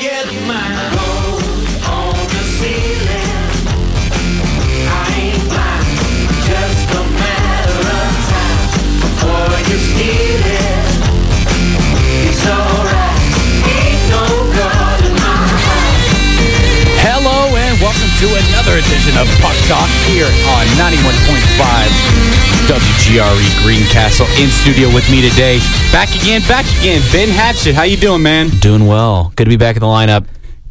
get mine. Go on the ceiling. I ain't blind. Just a matter of time before you steal it. It's alright. Ain't no God in my heart. Hello and welcome to another edition of Puck Talk here on 91.5 WGRE E Greencastle. In studio with me today, back again, back again, Ben Hatchett. How you doing, man? Doing well. Good to be back in the lineup.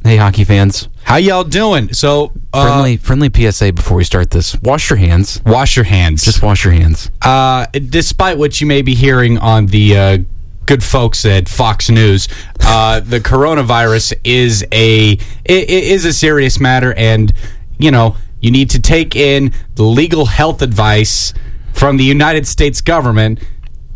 Hey, hockey fans. How y'all doing? So, uh, Friendly, friendly PSA before we start this. Wash your hands. wash your hands. Just wash your hands. uh, despite what you may be hearing on the uh, good folks at Fox News, uh, the coronavirus is a i- i- is a serious matter, and you know you need to take in the legal health advice from the United States government.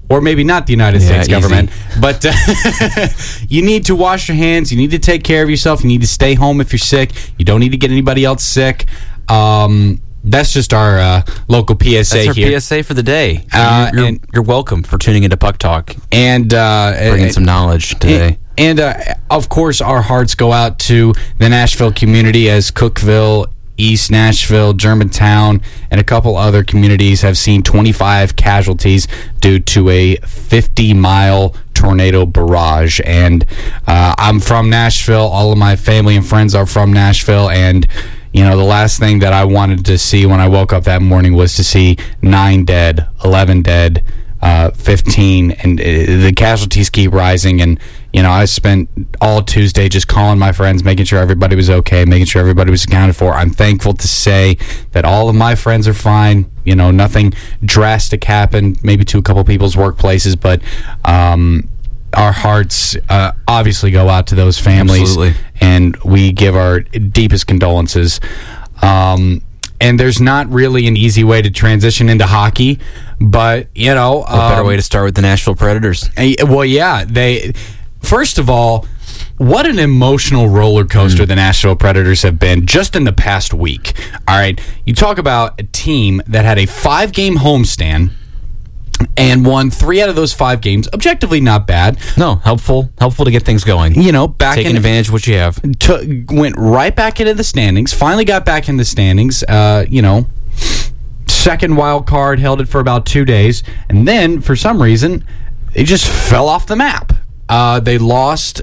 Or maybe not the United Yeah, States easy. government, but uh, you need to wash your hands. You need to take care of yourself. You need to stay home if you're sick. You don't need to get anybody else sick. Um, that's just our uh, local PSA That's our here. PSA for the day. Uh, you're, you're- and- you're welcome for tuning into Puck Talk, and uh, bringing and- some knowledge today. And uh, of course, our hearts go out to the Nashville community as Cookville, East Nashville, Germantown, and a couple other communities have seen 25 casualties due to a 50 mile tornado barrage. And uh, I'm from Nashville. All of my family and friends are from Nashville. And you know, the last thing that I wanted to see when I woke up that morning was to see nine dead, 11 dead, uh, 15, and uh, the casualties keep rising. And, you know, I spent all Tuesday just calling my friends, making sure everybody was okay, making sure everybody was accounted for. I'm thankful to say that all of my friends are fine. You know, nothing drastic happened, maybe to a couple people's workplaces, but, um, our hearts uh, obviously go out to those families Absolutely. and we give our deepest condolences. Um, and there's not really an easy way to transition into hockey, but you know, A better um, way to start with the Nashville Predators. eh, Well, yeah, they. First of all, what an emotional roller coaster Mm. the Nashville Predators have been just in the past week. All right, you talk about a team that had a five-game homestand and won three out of those five games. Objectively, not bad. No, helpful, helpful to get things going. You know, back Taking in, advantage of what you have. took, went right back into the standings. Finally got back in the standings. Uh, you know, second wild card held it for about two days, and then for some reason, it just fell off the map. Uh, they lost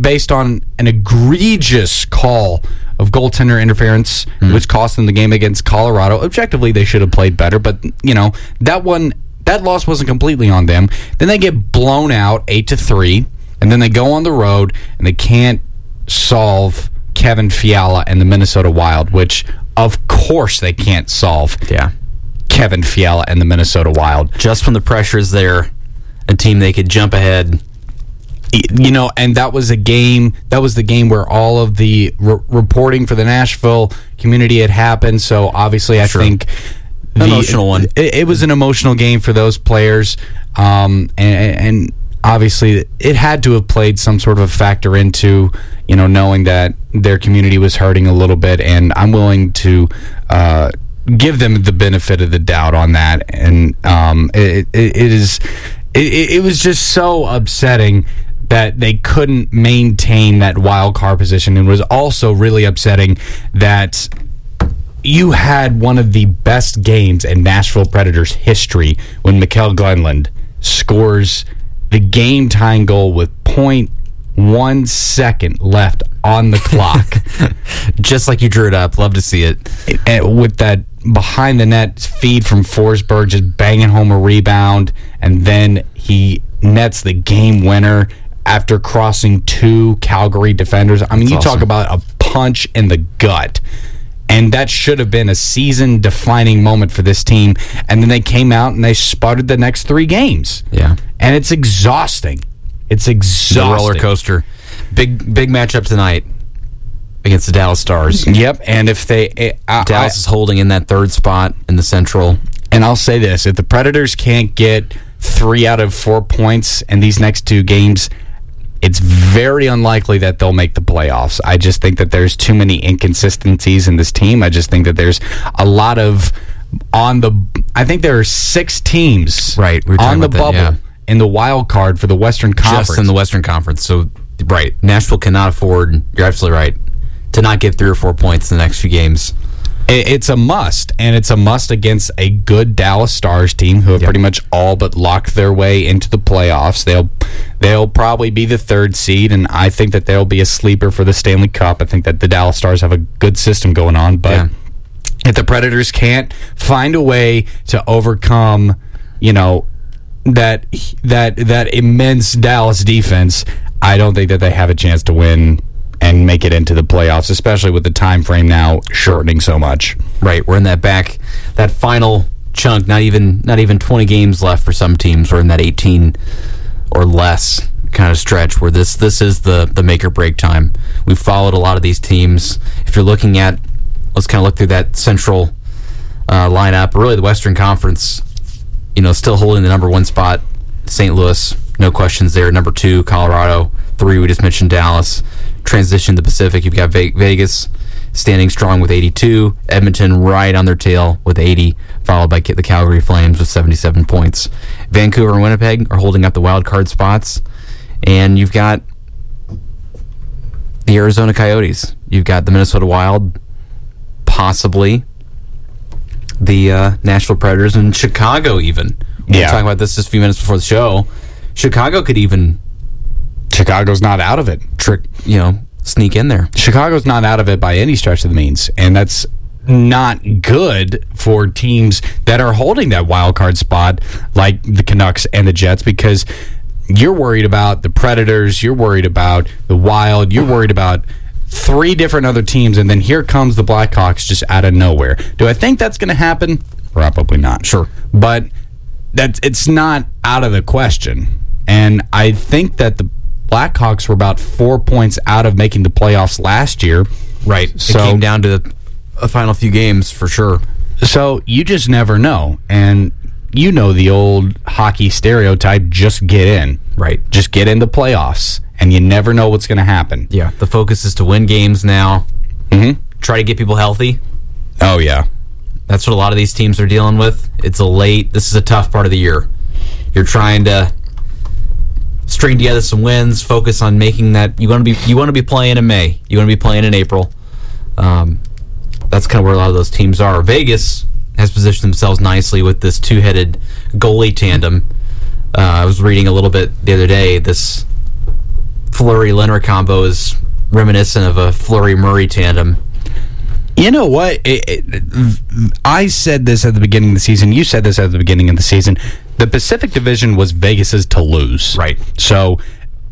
based on an egregious call of goaltender interference, which cost them the game against Colorado. Objectively, they should have played better, but you know that one that loss wasn't completely on them. Then they get blown out eight to three, and then they go on the road and they can't solve Kevin Fiala and the Minnesota Wild, which of course they can't solve. Yeah. Kevin Fiala and the Minnesota Wild. Just when the pressure is there, a team they could jump ahead. You know, and that was a game. That was the game where all of the re- reporting for the Nashville community had happened. So obviously, I Sure. think the, Emotional one. It, it was an emotional game for those players, um, and, and obviously, it had to have played some sort of a factor into you know knowing that their community was hurting a little bit. And I'm willing to. Uh, Give them the benefit of the doubt on that, and um, it, it, it is it- it, it was just so upsetting that they couldn't maintain that wild card position and was also really upsetting that you had one of the best games in Nashville Predators history when Mikel Glenland scores the game tying goal with point one second left on the clock Just like you drew it up. Love to see it. and eh, with that behind the net feed from Forsberg, just banging home a rebound, and then he nets the game winner after crossing two Calgary defenders. I mean, you talk awesome. about a punch in the gut. And that should have been a season defining moment for this team. And then they came out and they sputtered the next three games. Yeah. And it's exhausting. It's exhausting. the roller coaster. Big big matchup tonight against the Dallas Stars. Yep. And if they. eh, I- I- Dallas is holding in that third spot in the Central. And I'll say this if the Predators can't get three out of four points in these next two games, it's very unlikely that they'll make the playoffs. I just think that there's too many inconsistencies in this team. I just think that there's a lot of on the. I think there are six teams Right, we were talking on the about bubble that, yeah. in the wild card for the Western Conference. Just in the Western Conference. So Right. Nashville cannot afford. You're absolutely right. To not get three or four points in the next few games. It- It's a must, and it's a must against a good Dallas Stars team who have pretty much all but locked their way into the playoffs. They'll they'll probably be the third seed, and I think that they'll be a sleeper for the Stanley Cup. I think that the Dallas Stars have a good system going on, but Yeah. if the Predators can't find a way to overcome, you know, that that that immense Dallas defense, I don't think that they have a chance to win and make it into the playoffs, especially with the time frame now shortening so much. Right. We're in that back, that final chunk. Not even not even 20 games left for some teams. We're in that 18 or less kind of stretch where this this is the the make or break time. We've followed a lot of these teams. If you're looking at, let's kind of look through that central uh, lineup. Really, the Western Conference. You know, still holding the number one spot. St. Louis, no questions there. Number two, Colorado. Three, we just mentioned Dallas. Transition to the Pacific. You've got Ve- Vegas standing strong with 82. Edmonton right on their tail with 80, followed by Ca- the Calgary Flames with 77 points. Vancouver and Winnipeg are holding up the wild card spots, and you've got the Arizona Coyotes. You've got the Minnesota Wild, possibly the uh, Nashville Predators, and Chicago. Even we Yeah. were talking about this just a few minutes before the show. Chicago could even Chicago's not out of it. trick, you know, sneak in there. Chicago's not out of it by any stretch of the means, and that's not good for teams that are holding that wild card spot, like the Canucks and the Jets, because you're worried about the Predators, you're worried about the Wild, you're worried about three different other teams, and then here comes the Blackhawks just out of nowhere. Do I think that's going to happen? Probably not. Sure, but that it's not out of the question. And I think that the Blackhawks were about four points out of making the playoffs last year. Right. So- it came down to a final few games for sure. So you just never know. And you know the old hockey stereotype just get in. Right. Just get in the playoffs. And you never know what's going to happen. Yeah. The focus is to win games now. Mhm. Try to get people healthy. Oh, yeah. That's what a lot of these teams are dealing with. It's a late. This is a tough part of the year. You're trying to string together some wins. Focus on making that. You want to be. You want to be playing in May. You want to be playing in April. Um, that's kind of where a lot of those teams are. Vegas has positioned themselves nicely with this two-headed goalie tandem. Uh, I was reading a little bit the other day. This Flurry Leonard combo is reminiscent of a Flurry Murray tandem. You know what? It, it, I said this at the beginning of the season. You said this at the beginning of the season. The Pacific Division was Vegas's to lose. Right. So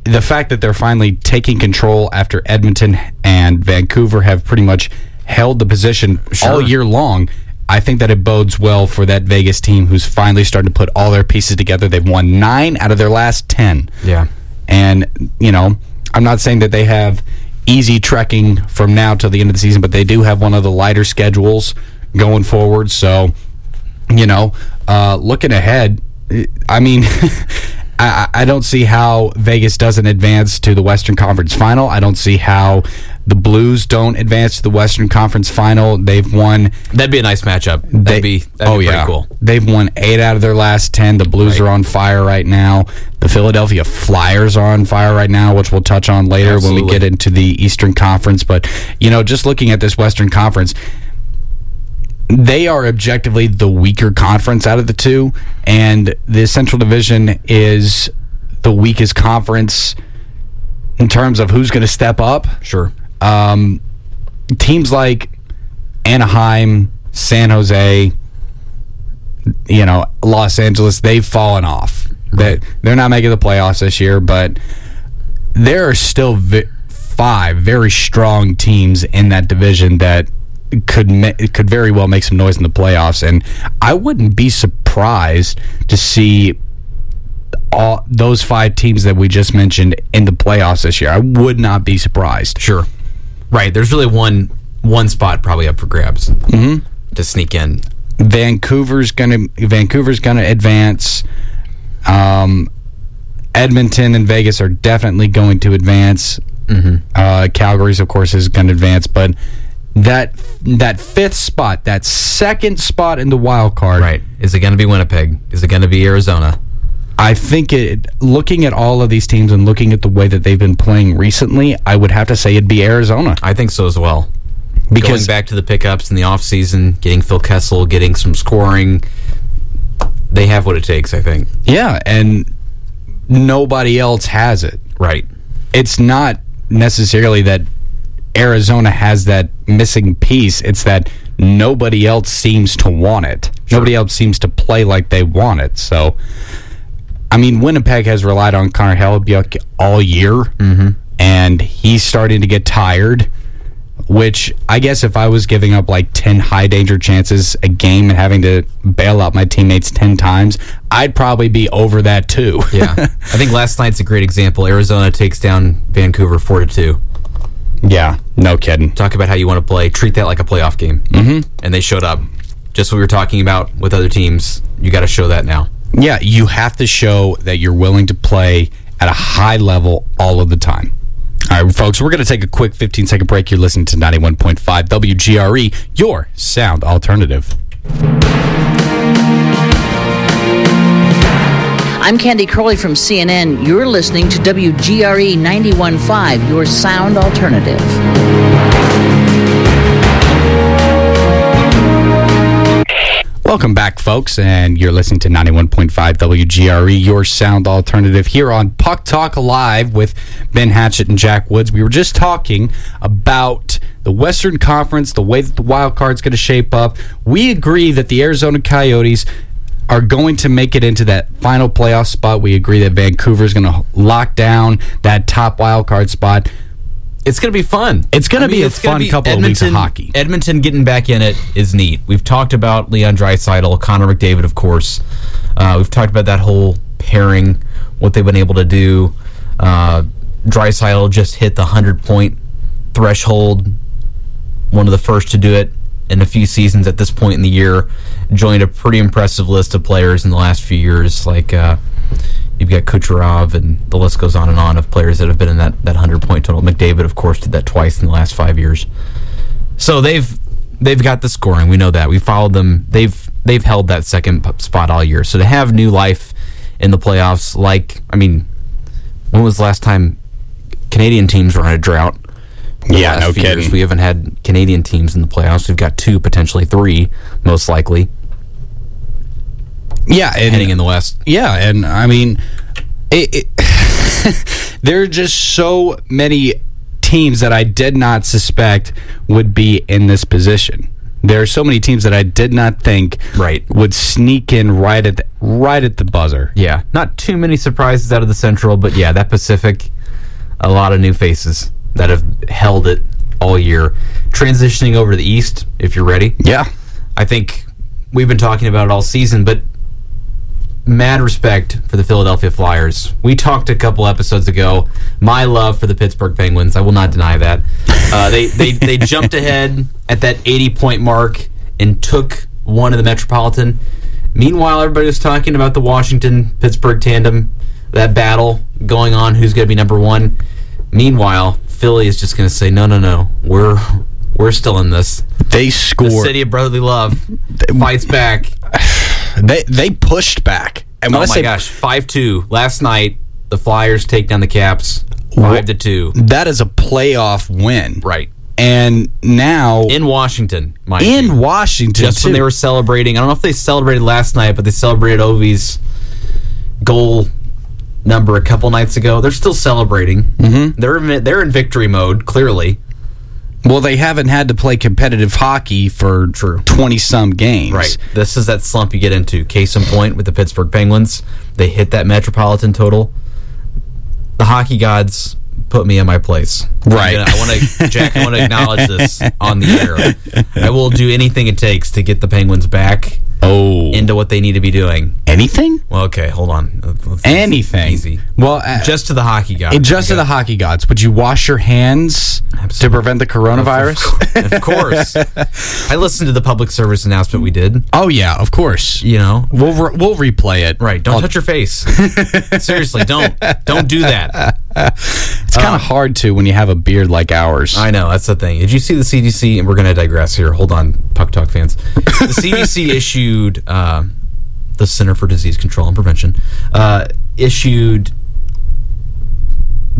the fact that they're finally taking control after Edmonton and Vancouver have pretty much held the position all year long. I think that it bodes well for that Vegas team who's finally starting to put all their pieces together. They've won nine out of their last ten. Yeah. And, you know, I'm not saying that they have easy trekking from now till the end of the season, but they do have one of the lighter schedules going forward. So, you know, uh, looking ahead, I mean, I, I I don't see how Vegas doesn't advance to the Western Conference Final. I don't see how the Blues don't advance to the Western Conference Final. They've won That'd be a nice matchup. That'd they- Oh, be that'd be pretty cool. They've won eight out of their last ten. The Blues are on fire right now. The Philadelphia Flyers are on fire right now, which we'll touch on later when we Absolutely. get into the Eastern Conference. But you know, just looking at this Western Conference, they are objectively the weaker conference out of the two, and the Central Division is the weakest conference in terms of who's going to step up Sure. um, teams like Anaheim, San Jose, you know, Los Angeles, they've fallen off. That They, they're not making the playoffs this year, but there are still vi- five very strong teams in that division that could ma- could very well make some noise in the playoffs, and I wouldn't be surprised to see all those five teams that we just mentioned in the playoffs this year. I would not be surprised. Sure. Right. There's really one one spot probably up for grabs mm-hmm. to sneak in. Vancouver's gonna Vancouver's gonna advance. Um, Edmonton and Vegas are definitely going to advance. Mm-hmm. Uh, Calgary's, of course, is going to advance, but that that fifth spot, that second spot in the wild card, Is it going to be Winnipeg? Is it going to be Arizona? I think it, looking at all of these teams and looking at the way that they've been playing recently, I would have to say it'd be Arizona. I think so as well. Because- Going back to the pickups in the offseason, getting Phil Kessel, getting some scoring, they have what it takes, I think. Yeah, and nobody else has it. Right. It's not necessarily that Arizona has that missing piece, it's that nobody else seems to want it. Nobody else seems to play like they want it. So, I mean, Winnipeg has relied on Connor Hellebuck all year, and he's starting to get tired. Which I guess if I was giving up like 10 high danger chances a game and having to bail out my teammates 10 times, I'd probably be over that too. Yeah. I think last night's a great example. Arizona takes down Vancouver 4 to 2. yeah, no kidding. Talk about how you want to play. Treat that like a playoff game. Mm-hmm. And they showed up. Just what we were talking about with other teams. You got to show that now. Yeah, you have to show that you're willing to play at a high level all of the time. All right, folks, we're going to take a quick 15 second break. You're listening to 91.5 WGRE, E, your sound alternative. I'm Candy Crowley from CNN. You're listening to WGRE 91.5, your sound alternative. Welcome back, folks, and you're listening to 91.5 WGRE, E, your sound alternative, here on Puck Talk Live with Ben Hatchett and Jack Woods. We were just talking about the Western Conference, the way that the wild card's going to shape up. We agree that the Arizona Coyotes are going to make it into that final playoff spot. We agree that Vancouver's going to lock down that top wild card spot. It's going to be fun. It's gonna be a it's gonna fun couple of weeks of hockey. Edmonton getting back in it is neat. We've talked about Leon Dreisaitl, Connor McDavid, of course. Uh, we've talked about that whole pairing, what they've been able to do. Uh, Dreisaitl just hit the hundred point threshold. One of the first to do it in a few seasons at this point in the year. Joined a pretty impressive list of players in the last few years, like. Uh, You've got Kucherov, and the list goes on and on of players that have been in that, that hundred point total. McDavid, of course, did that twice in the last five years. So they've they've got the scoring. We know that. We followed them. They've they've held that second p- spot all year. So to have new life in the playoffs, like I mean, when was the last time Canadian teams were in a drought? The Yeah, last no few years, kidding. We haven't had Canadian teams in the playoffs. We've got two, potentially three, most likely Yeah, and heading in the West. Yeah, and I mean, it, it there are just so many teams that I did not suspect would be in this position. There are so many teams that I did not think Right. would sneak in right at the, right at the buzzer. Yeah, not too many surprises out of the Central, but yeah, that Pacific, a lot of new faces that have held it all year. Transitioning over to the East, if you're ready. Yeah, I think we've been talking about it all season, but mad respect for the Philadelphia Flyers. We talked a couple episodes ago. My love for the Pittsburgh Penguins. I will not deny that. Uh, they, they they jumped ahead at that 80 point mark and took one of the Metropolitan. Meanwhile, everybody was talking about the Washington Pittsburgh tandem, that battle going on. Who's going to be number one? Meanwhile, Philly is just going to say, no, no, no. We're we're still in this. they The scored. city of brotherly love fights back. They they pushed back. And when Oh I my say gosh, five two last night. The Flyers take down the Caps five to two. that is a playoff win, Right And now in, in Washington, mind you. Washington, just when too. they were celebrating. I don't know if they celebrated last night, but they celebrated Ovi's goal number a couple nights ago. They're still celebrating. Mm-hmm. They're in, they're in victory mode clearly. Well, they haven't had to play competitive hockey for twenty some games, This is that slump you get into. Case in point with the Pittsburgh Penguins, they hit that Metropolitan total. The hockey gods put me in my place. I'm Right. gonna- I want to, Jack. I want to acknowledge this on the air. I will do anything it takes to get the Penguins back Oh, into what they need to be doing. anything? Well, okay, hold on. Let's- let's- Anything? Easy. Well, uh, Just to the hockey gods. just to the hockey gods, would you wash your hands to Absolutely. prevent the coronavirus? of course. I listened to the public service announcement we did. oh yeah, of course. You know, We'll re- we'll replay it. Right. Don't touch your face. Seriously, don't don't do that. It's kind of hard to when you have a beard like ours. I know that's the thing. Did you see the CDC? And we're going to digress here. Hold on, puck talk fans. The CDC issued um the Center for Disease Control and Prevention, uh, issued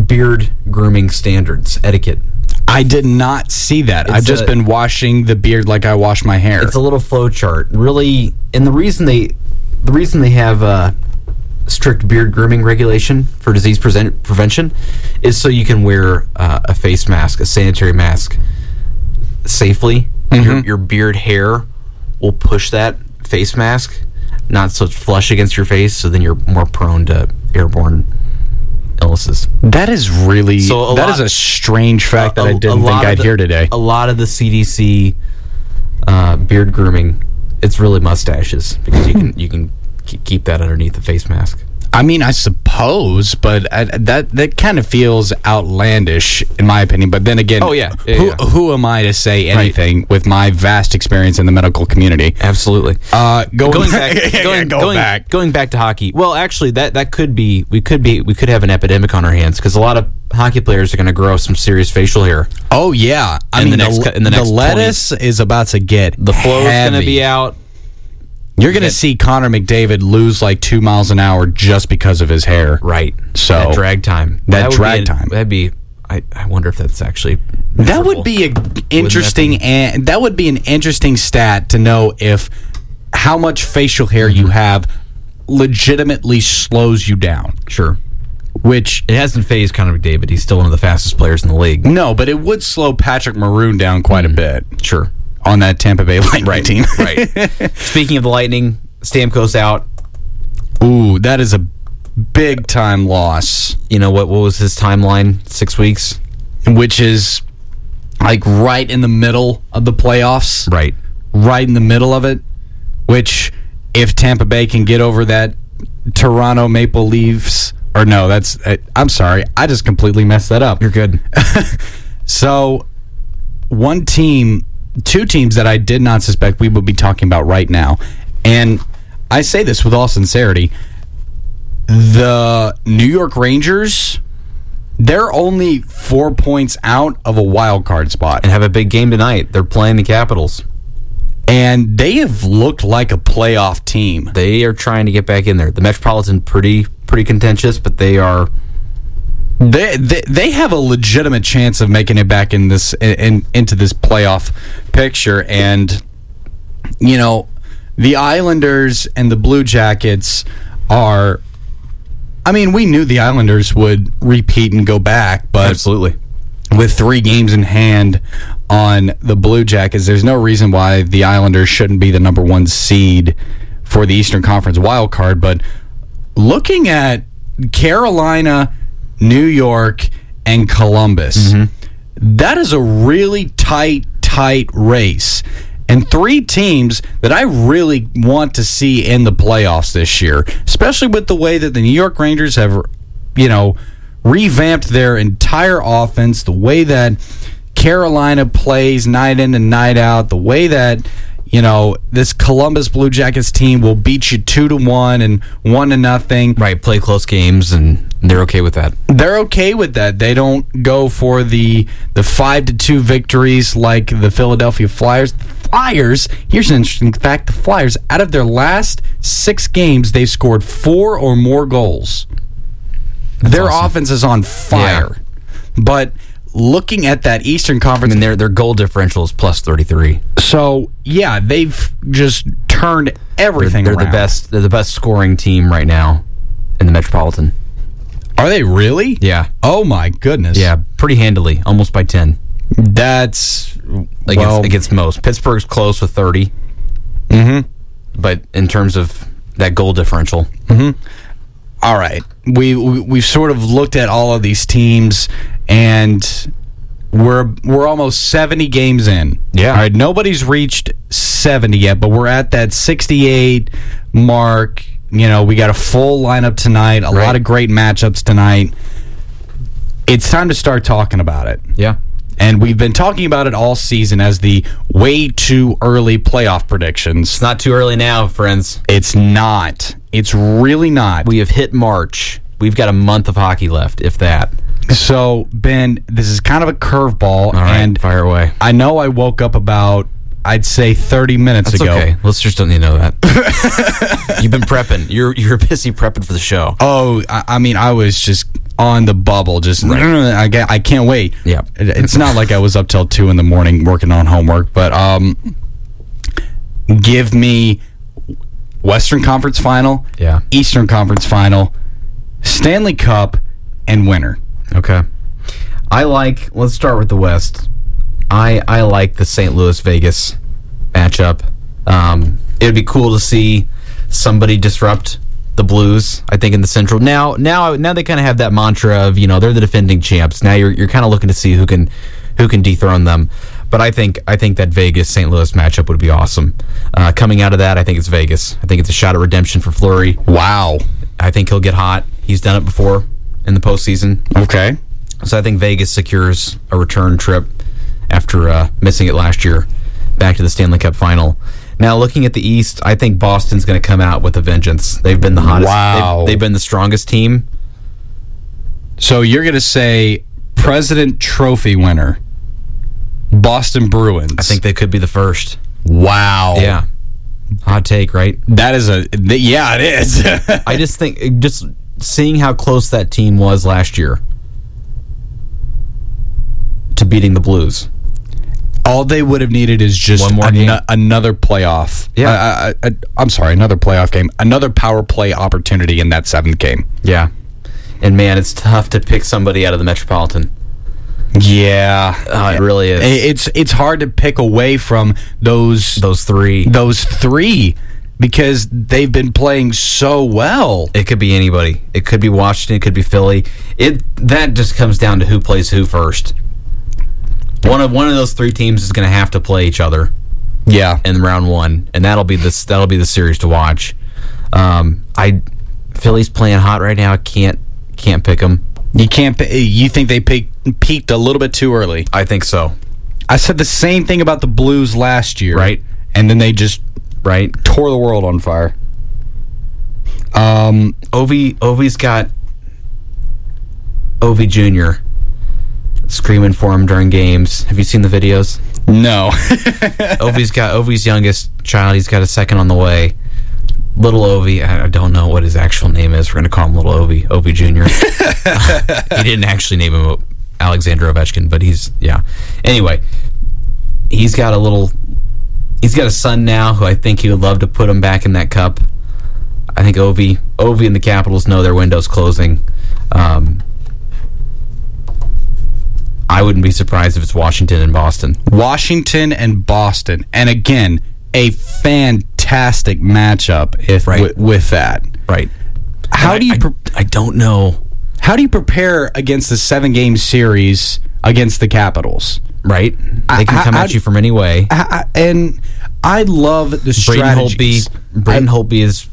beard grooming standards etiquette. I did not see that. I've just a- been washing the beard like I wash my hair. It's a little flow chart, really. And the reason they, the reason they have uh, strict beard grooming regulation for disease present- prevention, is so you can wear uh, a face mask, a sanitary mask, safely. Your, your beard hair will push that face mask, not so it's flush against your face. So then you're more prone to airborne illnesses. that is really that So is a a lot- strange fact that I I didn't think I'd hear today. A lot of the CDC uh, beard grooming, it's really mustaches because you can you can ke- keep that underneath the face mask. I mean, I suppose, but I, that that kind of feels outlandish in my opinion. But then again, Oh, yeah. Yeah, who, yeah. who am I to say anything with my vast experience in the medical community? Absolutely. Uh, going, Going back, Yeah, going, go going- back. going back to hockey. Well, actually, that that could be we could be we could have an epidemic on our hands because a lot of hockey players are going to grow some serious facial hair. Oh yeah, I In mean the next the, cou- in the next 20 lettuce is about to get The flow is going to heavy. be out. You're going to see Connor McDavid lose like two miles an hour just because of his hair. Right. So- that drag time. That would be drag an- time. That'd be. I, I wonder if that's actually. That measurable. would be a interesting and that would be an interesting stat to know if how much facial hair Mm-hmm. you have legitimately slows you down. sure. Which It hasn't phased Connor McDavid. He's still one of the fastest players in the league. no, but it would slow Patrick Maroon down quite a bit Mm-hmm. Sure. on that Tampa Bay Lightning team. Right. Speaking of the Lightning, Stamkos out. Ooh, that is a big time loss. You know what? What was his timeline? Six weeks. which is like right in the middle of the playoffs, Right. right in the middle of it. Which, if Tampa Bay can get over that Toronto Maple Leafs, or no, that's I- I'm sorry, I just completely messed that up. You're good. So, one team, two teams that I did not suspect we would be talking about right now, and I say this with all sincerity: the New York Rangers. They're only four points out of a wild card spot, and have a big game tonight. They're playing the Capitals. and they have looked like a playoff team. They are trying to get back in there. The Metropolitan pretty pretty contentious, but they are They, they they have a legitimate chance of making it back in this in into this playoff picture, and you know the Islanders and the Blue Jackets are. I mean, we knew the Islanders would repeat and go back, but absolutely. with three games in hand on the Blue Jackets, there's no reason why the Islanders shouldn't be the number one seed for the Eastern Conference wild card. But looking at Carolina, New York, and Columbus, that is a really tight, tight race. And three teams that I really want to see in the playoffs this year, especially with the way that the New York Rangers have, you know, revamped their entire offense, the way that Carolina plays night in and night out, the way that you know this Columbus Blue Jackets team will beat you two to one and one to nothing. Right. Play close games, and they're okay with that. They're okay with that. They don't go for the the five to two victories like the Philadelphia Flyers. The Flyers. Here's an interesting fact: the Flyers, out of their last six games, they've scored four or more goals. their awesome. offense is on fire. But looking at that Eastern Conference, And their their goal differential is plus thirty three. so yeah, they've just turned everything. They're the around. best. They're the best scoring team right now in the Metropolitan. Are they really? Yeah. Oh my goodness. Yeah. Pretty handily, almost by ten. That's against well, against most. Pittsburgh's close with 30 Mm-hmm. But in terms of that goal differential, all right. We, we we've sort of looked at all of these teams, and we're we're almost seventy games in. Yeah. All right. Nobody's reached seventy yet, but we're at that sixty-eight mark. You know, we got a full lineup tonight. A lot of great matchups tonight. It's time to start talking about it. yeah, And we've been talking about it all season as the way too early playoff predictions. it's not too early now, friends. It's not. It's really not. We have hit March. We've got a month of hockey left, if that. So, Ben, this is kind of a curveball, All right, and fire away. I know I woke up about I'd say 30 minutes It's ago. okay. Listeners don't need to know that. You've been prepping. You're you're busy prepping for the show. Oh, I, I mean, I was just on the bubble. Just I, ca- I can't wait. Yeah. It- it's not like I was up till two in the morning working on homework, but um, give me Western Conference Final, Yeah. Eastern Conference Final, Stanley Cup, and winner. Okay. I like. Let's start with the West. I I like the St. Louis Vegas matchup. Um, it'd be cool to see somebody disrupt the Blues. I think in the Central now now now they kind of have that mantra of you know they're the defending champs. Now you're you're kind of looking to see who can who can dethrone them. But I think I think that Vegas St. Louis matchup would be awesome. Uh, coming out of that, I think it's Vegas. I think it's a shot at redemption for Flurry. Wow. I think he'll get hot. He's done it before in the postseason. Okay. So I think Vegas secures a return trip after uh, missing it last year back to the Stanley Cup final. Now, looking at the East, I think Boston's going to come out with a vengeance. They've been the hottest. Wow. They've, they've been the strongest team. So you're gonna say President Trophy winner, Boston Bruins. I think they could be the first. Wow. Yeah. Hot take, right? That is a th- yeah. It is. I just think, just seeing how close that team was last year to beating the Blues. All they would have needed is just One more ano- game. another playoff. Yeah. I, I, I, I'm sorry, another playoff game, another power play opportunity in that seventh game. Yeah. And man, it's tough to pick somebody out of the Metropolitan. Yeah, Oh, it really is. Uh, it's it's hard to pick away from those Those three. those three because they've been playing so well. It could be anybody. It could be Washington. It could be Philly. It that just comes down to who plays who first. One of one of those three teams is going to have to play each other Yeah, in round one, and that'll be this that'll be the series to watch. Um, I Philly's playing hot right now. I can't can't pick them. you can't. pi- You think they pe- peaked a little bit too early? I think so. I said the same thing about the Blues last year, Right. And then they just Right? tore the world on fire. Ovi Ovi's got Ovi Junior screaming for him during games. Have you seen the videos? No. Ovi's got Ovi's youngest child. He's got a second on the way. Little Ovi. I I don't know what his actual name is. We're gonna call him Little Ovi. Ovi Junior. he didn't actually name him Alexander Ovechkin, but he's yeah. Anyway, he's got a little. He's got a son now who I think he would love to put him back in that cup. I think Ovi, Ovi, and the Capitals know their window's closing. Um, I wouldn't be surprised if it's Washington and Boston. Washington and Boston, and again, a fantastic matchup. If Right. wi- with that, Right. how do you I, pre- I don't know. how do you prepare against the seven game series against the Capitals? Right? They can I- come I- at you from any way. I, I, and I love the Braden Holtby. strategies. Braden Holtby has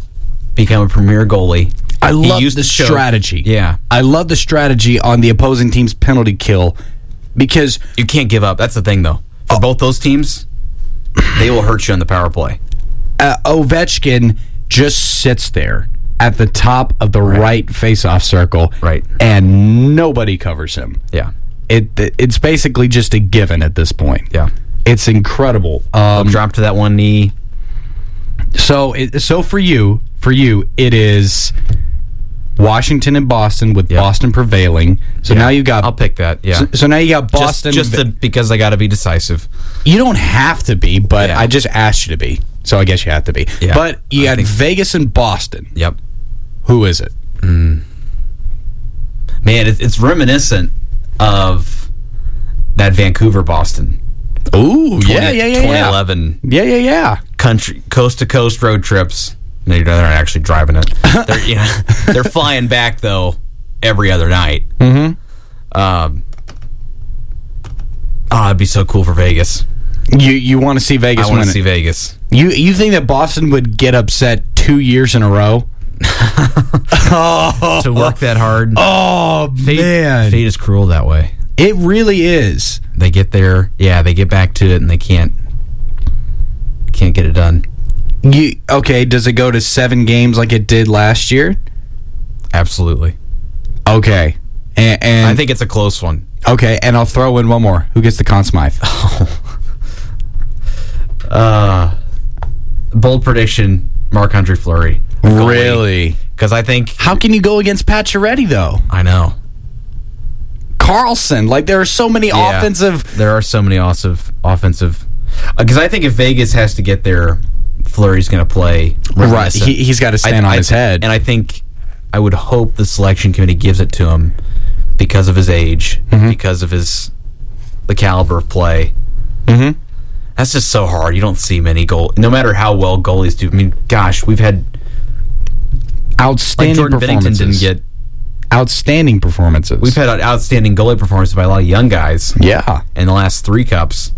become a premier goalie. I He love used the to show- strategy. Yeah, I love the strategy on the opposing team's penalty kill because you can't give up. That's the thing, though. For both those teams, they will hurt you on the power play. uh, Ovechkin just sits there at the top of the right, face-off circle, Right. and nobody covers him. Yeah, It it's basically just a given at this point. yeah. it's incredible. Um, Drop to that one knee. so it, so for you, for you, it is Washington and Boston with Boston prevailing. So now you got I'll pick that. Yeah, so, so now you got Boston. Just, just the, because I got to be decisive. you don't have to be, but Yeah. I just asked you to be. So I guess you have to be. Yeah. But you got Vegas and Boston. Yep. Who is it? Man, it, it's reminiscent of that Vancouver Boston. Ooh, yeah, yeah, yeah, yeah, 2011 yeah, yeah, yeah. country coast to coast road trips. No, they're not actually driving it. They're, you know, they're flying back though every other night. Mm-hmm. Um, oh, it'd be so cool for Vegas. You you want to see Vegas I want win to it. see Vegas. You you think that Boston would get upset two years in a row? To work that hard, Oh fate, fate is cruel that way. it really is. They get there, yeah, they get back to it, and they can't can't get it done. You okay? Does it go to seven games like it did last year? Absolutely, Okay, and, and I think it's a close one. okay, and I'll throw in one more. Who gets the Conn Smythe? Uh, bold prediction: Mark Andre Fleury. Really? Because I think How can you go against Pacioretty though? I know Carlson, like there are so many Yeah. offensive. There are so many offensive offensive. Because I think if Vegas has to get there, Flurry's going to play. Right, he, he's got to stand on I his thi- head. and I think I would hope the selection committee gives it to him because of his age, Mm-hmm. because of his the caliber of play. Mm-hmm. That's just so hard. You don't see many goal. No matter how well goalies do. I mean, gosh, we've had like outstanding Jordan Bennington performances. didn't get. outstanding performances. We've had outstanding goalie performances by a lot of young guys yeah. in the last three cups,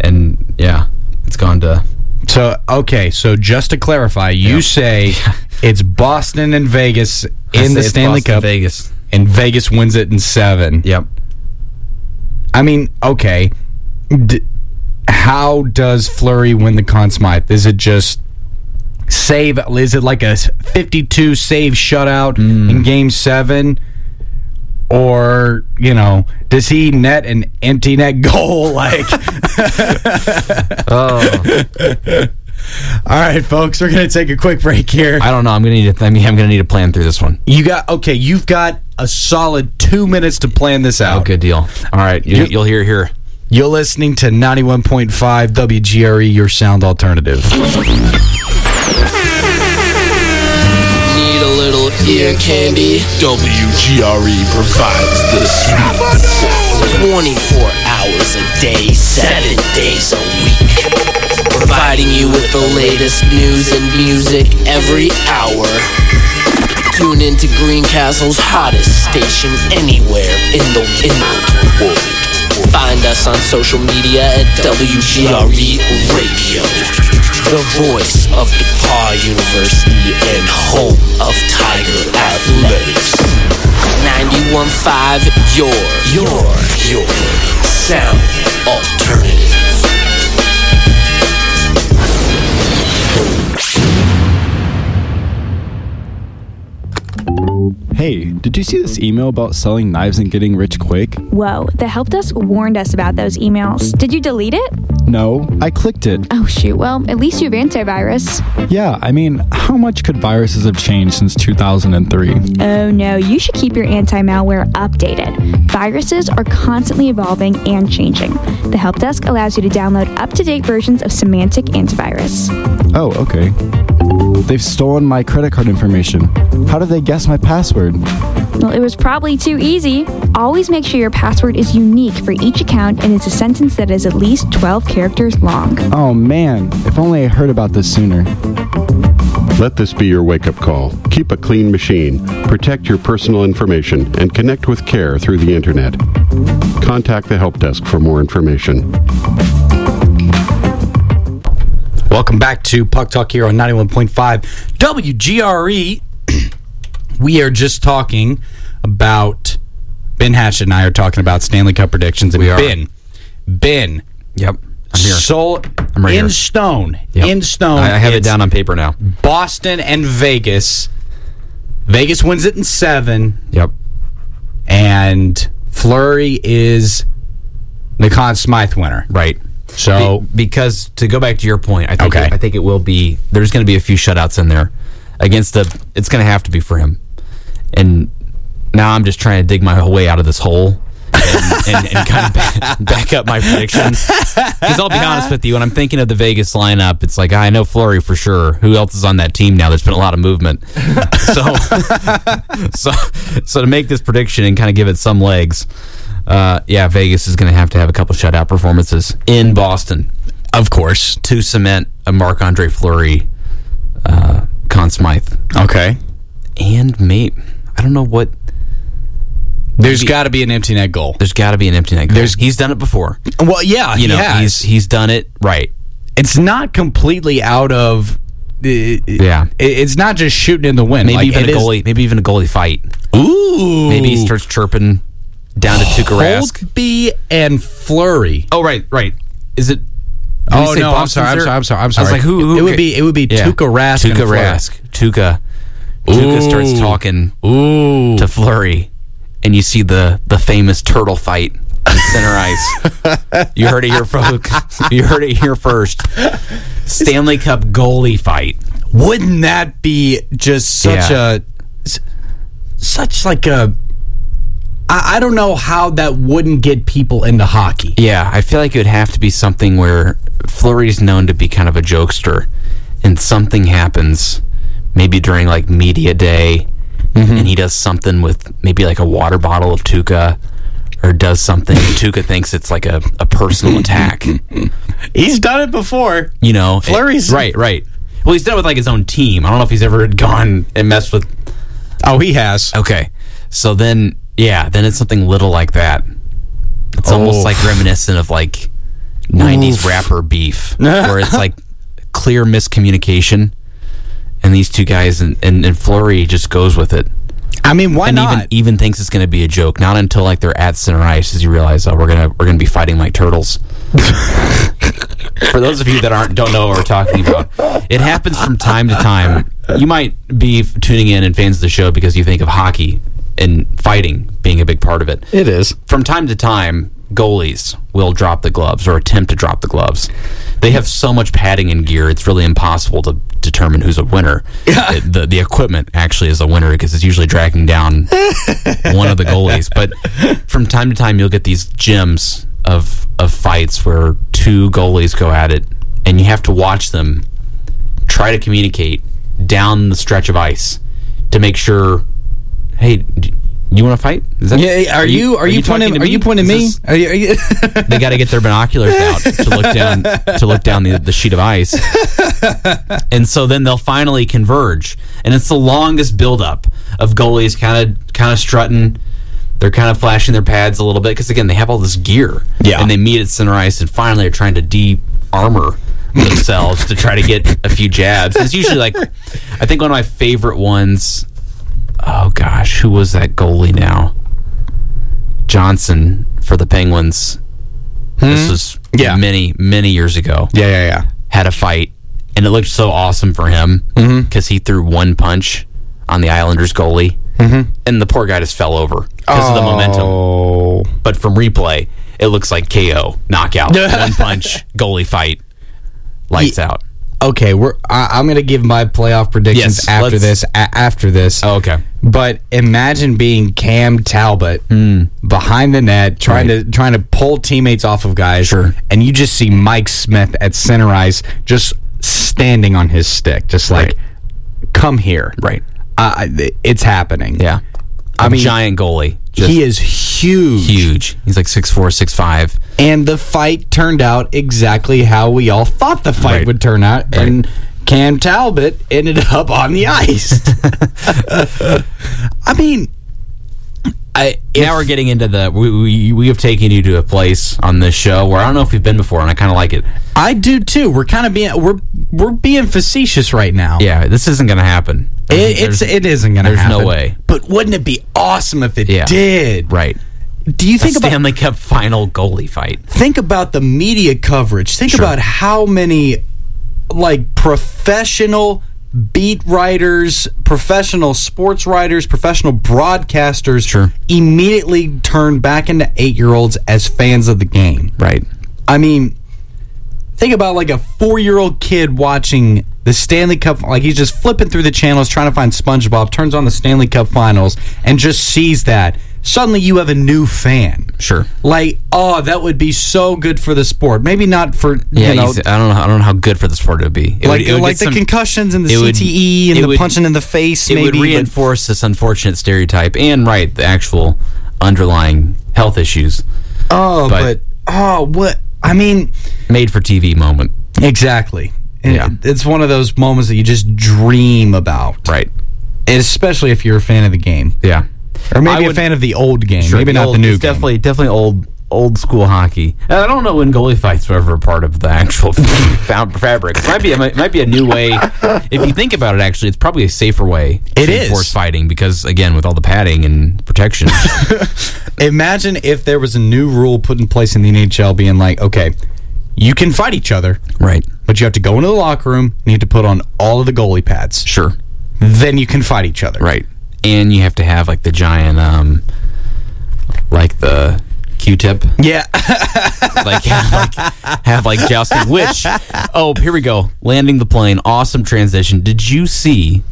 and yeah, it's gone to So okay, so just to clarify, you say it's Boston and Vegas I in say the it's Stanley Boston, Cup, Vegas. and Vegas wins it in seven. Yep. I mean, okay. D- how does Flurry win the Conn Smythe? Is it just save? Is it like a s- 52 save shutout Hmm. in game seven? Or, you know, does he net an empty net goal? Like, Oh, all right, folks, we're going to take a quick break here. I don't know. I'm gonna need. To, I mean, I'm gonna need to plan through this one. You got, okay, you've got a solid two minutes to plan this out. Oh, good deal. All right, you, You- you'll hear it here. You're listening to 91.5 WGRE, E, your sound alternative. Need a little ear candy. WGRE E provides the sweet. 24 hours a day, 7 days a week. Providing you with the latest news and music every hour. Tune in to Greencastle's hottest station anywhere in the in the world. Find us on social media at WGRE E Radio, the voice of DePaul University and home of Tiger Athletics. 91.5, your, your, your sound alternative. Hey, did you see this email about selling knives and getting rich quick? Whoa, the help desk warned us about those emails. Did you delete it? No, I clicked it. Oh, shoot. Well, at least you have antivirus. Yeah, I mean, how much could viruses have changed since 2003? Oh, no. You should keep your anti malware updated. Viruses are constantly evolving and changing. The help desk allows you to download up to date versions of semantic antivirus. Oh, okay. They've stolen my credit card information. How did they guess my password? Well, it was probably too easy. Always make sure your password is unique for each account and is a sentence that is at least 12 characters long. Oh man, if only I heard about this sooner. Let this be your wake up call. Keep a clean machine, protect your personal information, and connect with care through the internet. Contact the help desk for more information. Welcome back to Puck Talk here on 91.5 WGRE. E. we are just talking about Ben Hatchett and I are talking about Stanley Cup predictions. And We are. Ben, Ben, Yep. I'm here. soul right in here. stone, Yep. in stone. I, I have it it's down on paper now. Boston and Vegas. Vegas wins it in seven, Yep. and Flurry is the Conn Smythe winner. Right. So Be- because to go back to your point, I think Okay. I think it will be. There's going to be a few shutouts in there against the. It's going to have to be for him. And now I'm just trying to dig my way out of this hole. and, and, and kind of back, back up my predictions because I'll be honest with you. When I'm thinking of the Vegas lineup, it's like I know Flurry for sure. Who else is on that team now? There's been a lot of movement, so so so to make this prediction and kind of give it some legs, uh, yeah, Vegas is going to have to have a couple shutout performances in Boston of course, to cement a Marc Andre Fleury, uh, Conn Smythe, okay. and mate. I don't know what. There's got to be an empty net goal. There's got to be an empty net. goal. There's- he's done it before. Well, yeah, You know, he has. he's he's done it right. it's not completely out of. Yeah. yeah, it's not just shooting in the wind. Maybe like, even it a is- goalie. Maybe even a goalie fight. Ooh, Maybe he starts chirping down to Tukarask. Holtby and Flurry. Oh right, right. Is it? did Oh you say no, I'm Boston's sorry, I'm there? sorry, I'm sorry, I'm I sorry. was like, who? who It would ca- be it would be Yeah. Tuka Rask. and Tuka Fleury. Rask. Tuka. Tuka starts Ooh. talking Ooh, to Flurry, and you see the the famous turtle fight. and center ice. You heard it here, folks. You heard it here first. Stanley Cup goalie fight. Wouldn't that be just such Yeah. a s- such like a I, I don't know how that wouldn't get people into hockey. Yeah, I feel like it would have to be something where Flurry's known to be kind of a jokester, and something happens, maybe during like media day, and he does something with maybe like a water bottle of Tuca, or does something. and Tuca thinks it's like a, a personal attack, He's done it before. you know. it- Fleury's- right, right. Well, he's done it with like his own team. I don't know if he's ever gone and messed with. Oh, he has. Okay, so then yeah, then it's something little like that. It's almost Oh. like reminiscent of like 90s rapper beef where it's like clear miscommunication and these two guys and, and, and Flurry just goes with it I mean, why and not? even even thinks it's going to be a joke not until like they're at center ice as you realize oh we're going to we're going to be fighting like turtles for those of you that aren't don't know what we're talking about it happens from time to time you might be f- tuning in and fans of the show because you think of hockey and fighting being a big part of it it is. from time to time, goalies will drop the gloves or attempt to drop the gloves. They have so much padding and gear; it's really impossible to determine who's a winner. Yeah. The, the the equipment actually is a winner because it's usually dragging down one of the goalies. But from time to time, you'll get these gems of of fights where two goalies go at it, and you have to watch them try to communicate down the stretch of ice to make sure. Hey, d- you want to fight? Is that, Yeah, are you are you, pointing talking to are you pointing Is me? this- Are you, are you- they got to get their binoculars out to look down to look down the, the sheet of ice, and so then they'll finally converge, and it's the longest buildup of goalies kind of kind of strutting. They're kind of flashing their pads a little bit because again they have all this gear, Yeah. and they meet at center ice, and finally are trying to de-armor themselves to try to get a few jabs. It's usually like, I think one of my favorite ones. Oh gosh, who was that goalie now? Johnson for the Penguins. This was Hmm? Yeah. many, many years ago. yeah, yeah, yeah. Had a fight, and it looked so awesome for him Mm-hmm. because he threw one punch on the Islanders goalie, and the poor guy just fell over because of the momentum. Mm-hmm. Oh, But from replay, it looks like KO, knockout, one punch, goalie fight, lights out. okay. We're I, I'm gonna give my playoff predictions Yes, after let's- this. A, after this, Oh, okay. But imagine being Cam Talbot Hmm. behind the net, trying to trying to pull teammates off of guys, Sure. and you just see Mike Smith at center ice, just standing on his stick, just like, "Come here, Right. Uh, it's happening." Yeah. I mean, giant goalie. Just he is huge. huge. He's like six four, six five. and the fight turned out exactly how we all thought the fight Right. would turn out, and Cam Talbot ended up on the ice. I mean, I if- now we're getting into the we, we we have taken you to a place on this show where I don't know if we've been before, and I kind of like it. I do too. We're kind of being we're we're being facetious right now. Yeah, this isn't going to happen. It, it's There's- it isn't gonna. there's no happen. way. But wouldn't it be awesome if it Yeah. did? right. Do you think about Stanley Cup final goalie fight. think about the media coverage. Think about how many like professional beat writers, professional sports writers, professional broadcasters Sure. immediately turn back into 8-year-olds as fans of the game. Right. I mean, think about like a four year old kid watching the Stanley Cup. Like he's just flipping through the channels trying to find SpongeBob, turns on the Stanley Cup finals, and just sees that. Suddenly you have a new fan. Sure. Like, oh, that would be so good for the sport. Maybe not for, Yeah. you know, he's- I don't know. I don't know how good for the sport it would be. It like, would, it would like get the some- concussions and the it would- CTE it and the would- punching in the face, It maybe. would but- reinforce this unfortunate stereotype and right the actual underlying health issues. oh, but- but, oh, what? I mean, Made for TV moment. exactly. And Yeah. It's one of those moments that you just dream about. Right. especially if you're a fan of the game, Yeah. or I maybe a would- fan of the old game, maybe not old- the new. it's game. Definitely, definitely old old school hockey. And I don't know when goalie fights were ever a part of the actual found fabric. It might be it might, might be a new way. If you think about it, actually, it's probably a safer way. It to is. enforce fighting because again, with all the padding and protection, Imagine if there was a new rule put in place in the NHL, being like, okay, you can fight each other, right? but you have to go into the locker room and you have to put on all of the goalie pads. Sure, Then you can fight each other. right. And you have to have like the giant, um, like the Q-tip. Yeah. like have like, have like jousting. Which oh here we go landing the plane. Awesome transition. Did you see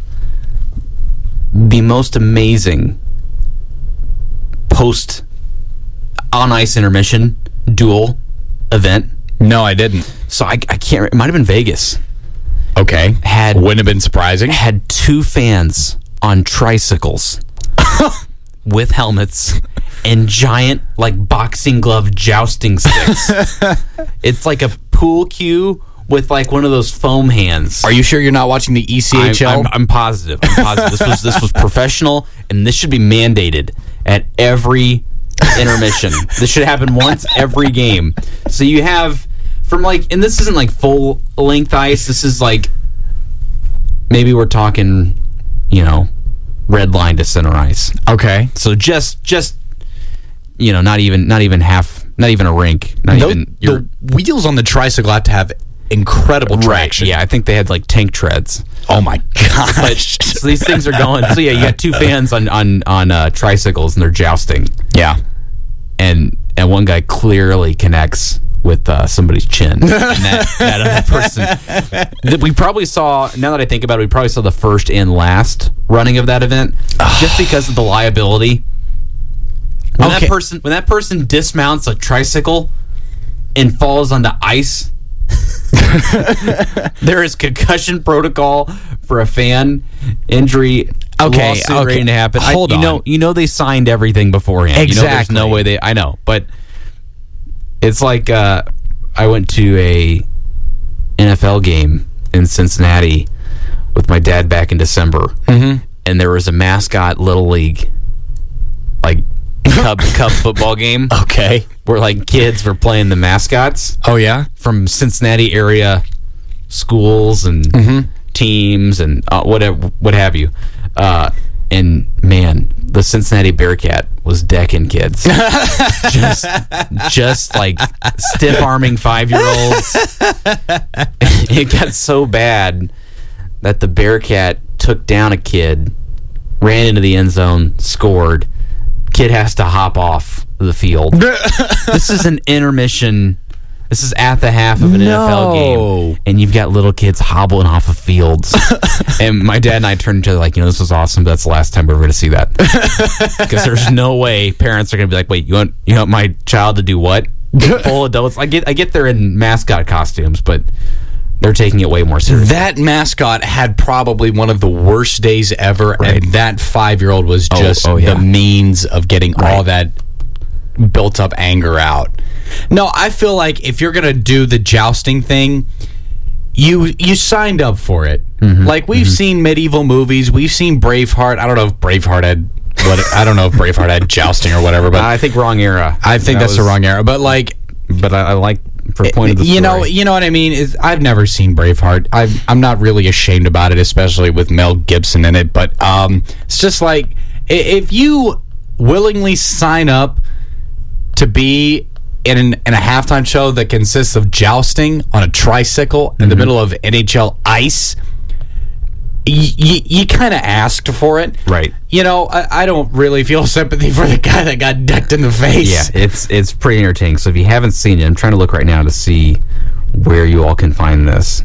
the most amazing post on ice intermission duel event? No, I didn't. So I, I can't. It might have been Vegas. Okay. Had- Wouldn't have been surprising. had two fans on tricycles with helmets and giant like boxing glove jousting sticks. it's like a pool cue with like one of those foam hands. Are you sure you're not watching the E I'm, ECHL? I'm, I'm positive. I'm positive. This was this was professional, and this should be mandated at every intermission. this should happen once every game. So you have from like, and this isn't like full length ice. This is like maybe we're talking, you know, red line to center ice. okay. So just just you know, not even not even half, not even a rink, not Tho- even the wheels on the tricycle have to have incredible right. traction. Yeah, I think they had like tank treads. Oh my gosh. so these things are going. So yeah, you got two fans on on on uh, tricycles and they're jousting, yeah. and and one guy clearly connects with uh, somebody's chin. And that, that other person that we probably saw. Now that I think about it, we probably saw the first and last running of that event, just because of the liability. When Okay. that person when that person dismounts a tricycle and falls onto ice. there is concussion protocol for a fan injury Okay, lawsuit okay. ready to happen. I- Hold you on. know, you know they signed everything beforehand. You know, there's no Exactly. way they. I know, but it's like uh, I went to a NFL game in Cincinnati with my dad back in December, mm-hmm. and there was a mascot little league, like cub cub football game Okay. where like kids were playing the mascots Oh yeah. from Cincinnati area schools and teams and uh, whatever, what have you. Uh, and man, the Cincinnati Bearcat was decking kids, just just like stiff arming five year olds. it got so bad that the Bearcat took down a kid, ran into the end zone, scored. Kid has to hop off the field. this is an intermission. This is at the half of an NFL No. game, and you've got little kids hobbling off of fields. and my dad and I turned to each other like, you know, this was awesome. But that's the last time we're going to see that because there's no way parents are going to be like, wait, you want you want my child to do what? Full adults. I get I get they're in mascot costumes, but they're taking it way more seriously. That mascot had probably one of the worst days ever, and that five year old was just oh, yeah. the means of getting all Right. that built up anger out. No, I feel like if you're gonna do the jousting thing, you you signed up for it. Mm-hmm. Like we've seen medieval movies, we've seen Braveheart. I don't know if Braveheart had what I don't know if Braveheart had jousting or whatever, but I think wrong era. I think That that's the was- wrong era. But like But I, I like for point of the you know, story. you know what I mean. Is I've never seen Braveheart. I've, I'm not really ashamed about it, especially with Mel Gibson in it. But um, it's just like i- if you willingly sign up to be in an, in a halftime show that consists of jousting on a tricycle Mm-hmm. in the middle of NHL ice. y- y- You kind of asked for it, Right. You know, I, I don't really feel sympathy for the guy that got decked in the face. Yeah, it's it's pretty entertaining. So if you haven't seen it, I'm trying to look right now to see where you all can find this.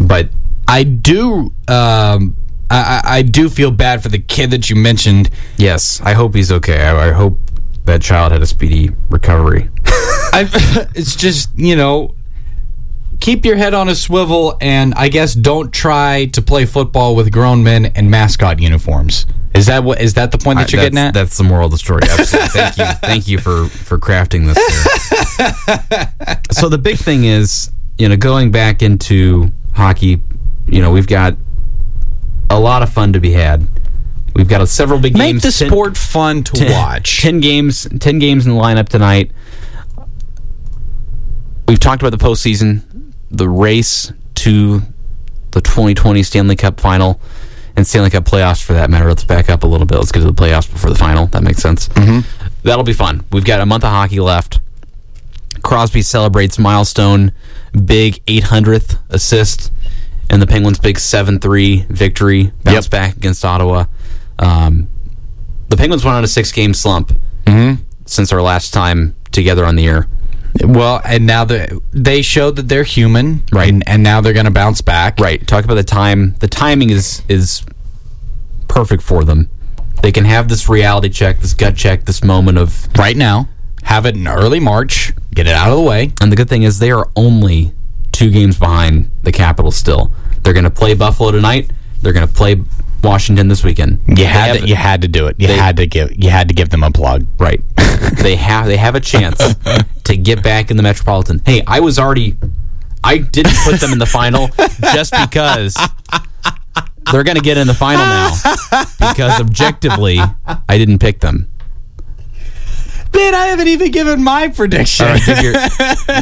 But I do. Um, I, I I do feel bad for the kid that you mentioned. yes, I hope he's okay. I, I hope that child had a speedy recovery. I, it's just you know, keep your head on a swivel, and I guess don't try to play football with grown men in mascot uniforms. Is that what? Is that the point that you're that's, getting at? That's the moral of the story. Absolutely. Thank you. Thank you for for crafting this. there. so the big thing is, you know, going back into hockey, you know, we've got a lot of fun to be had. We've got several big Make games. the ten- sport fun to watch. Ten games, ten games in the lineup tonight. We've talked about the postseason, the race to the 2020 Stanley Cup final and Stanley Cup playoffs for that matter. Let's back up a little bit. Let's get to the playoffs before the final. That makes sense. Mm-hmm. That'll be fun. We've got a month of hockey left. Crosby celebrates milestone big 800th assist and the Penguins' big 7 3 victory bounce back against Ottawa. Mm-hmm. Um, the Penguins went on a six game slump since our last time together on the air. Well, and now the, they showed that they're human, Right. And, and now they're going to bounce back, Right. Talk about the time. The timing is is perfect for them. They can have this reality check, this gut check, this moment of. Right now, have it in early March, get it out of the way. And the good thing is they are only two games behind the Capitals. Still, they're going to play Buffalo tonight. They're going to play Washington this weekend. You They had have- to, you had to do it. You they- had to give you had to give them a plug. Right. they have they have a chance to get back in the Metropolitan. Hey, I was already I didn't put them in the final just because they're going to get in the final now because objectively I didn't pick them. Man, I haven't even given my prediction. All right, give your-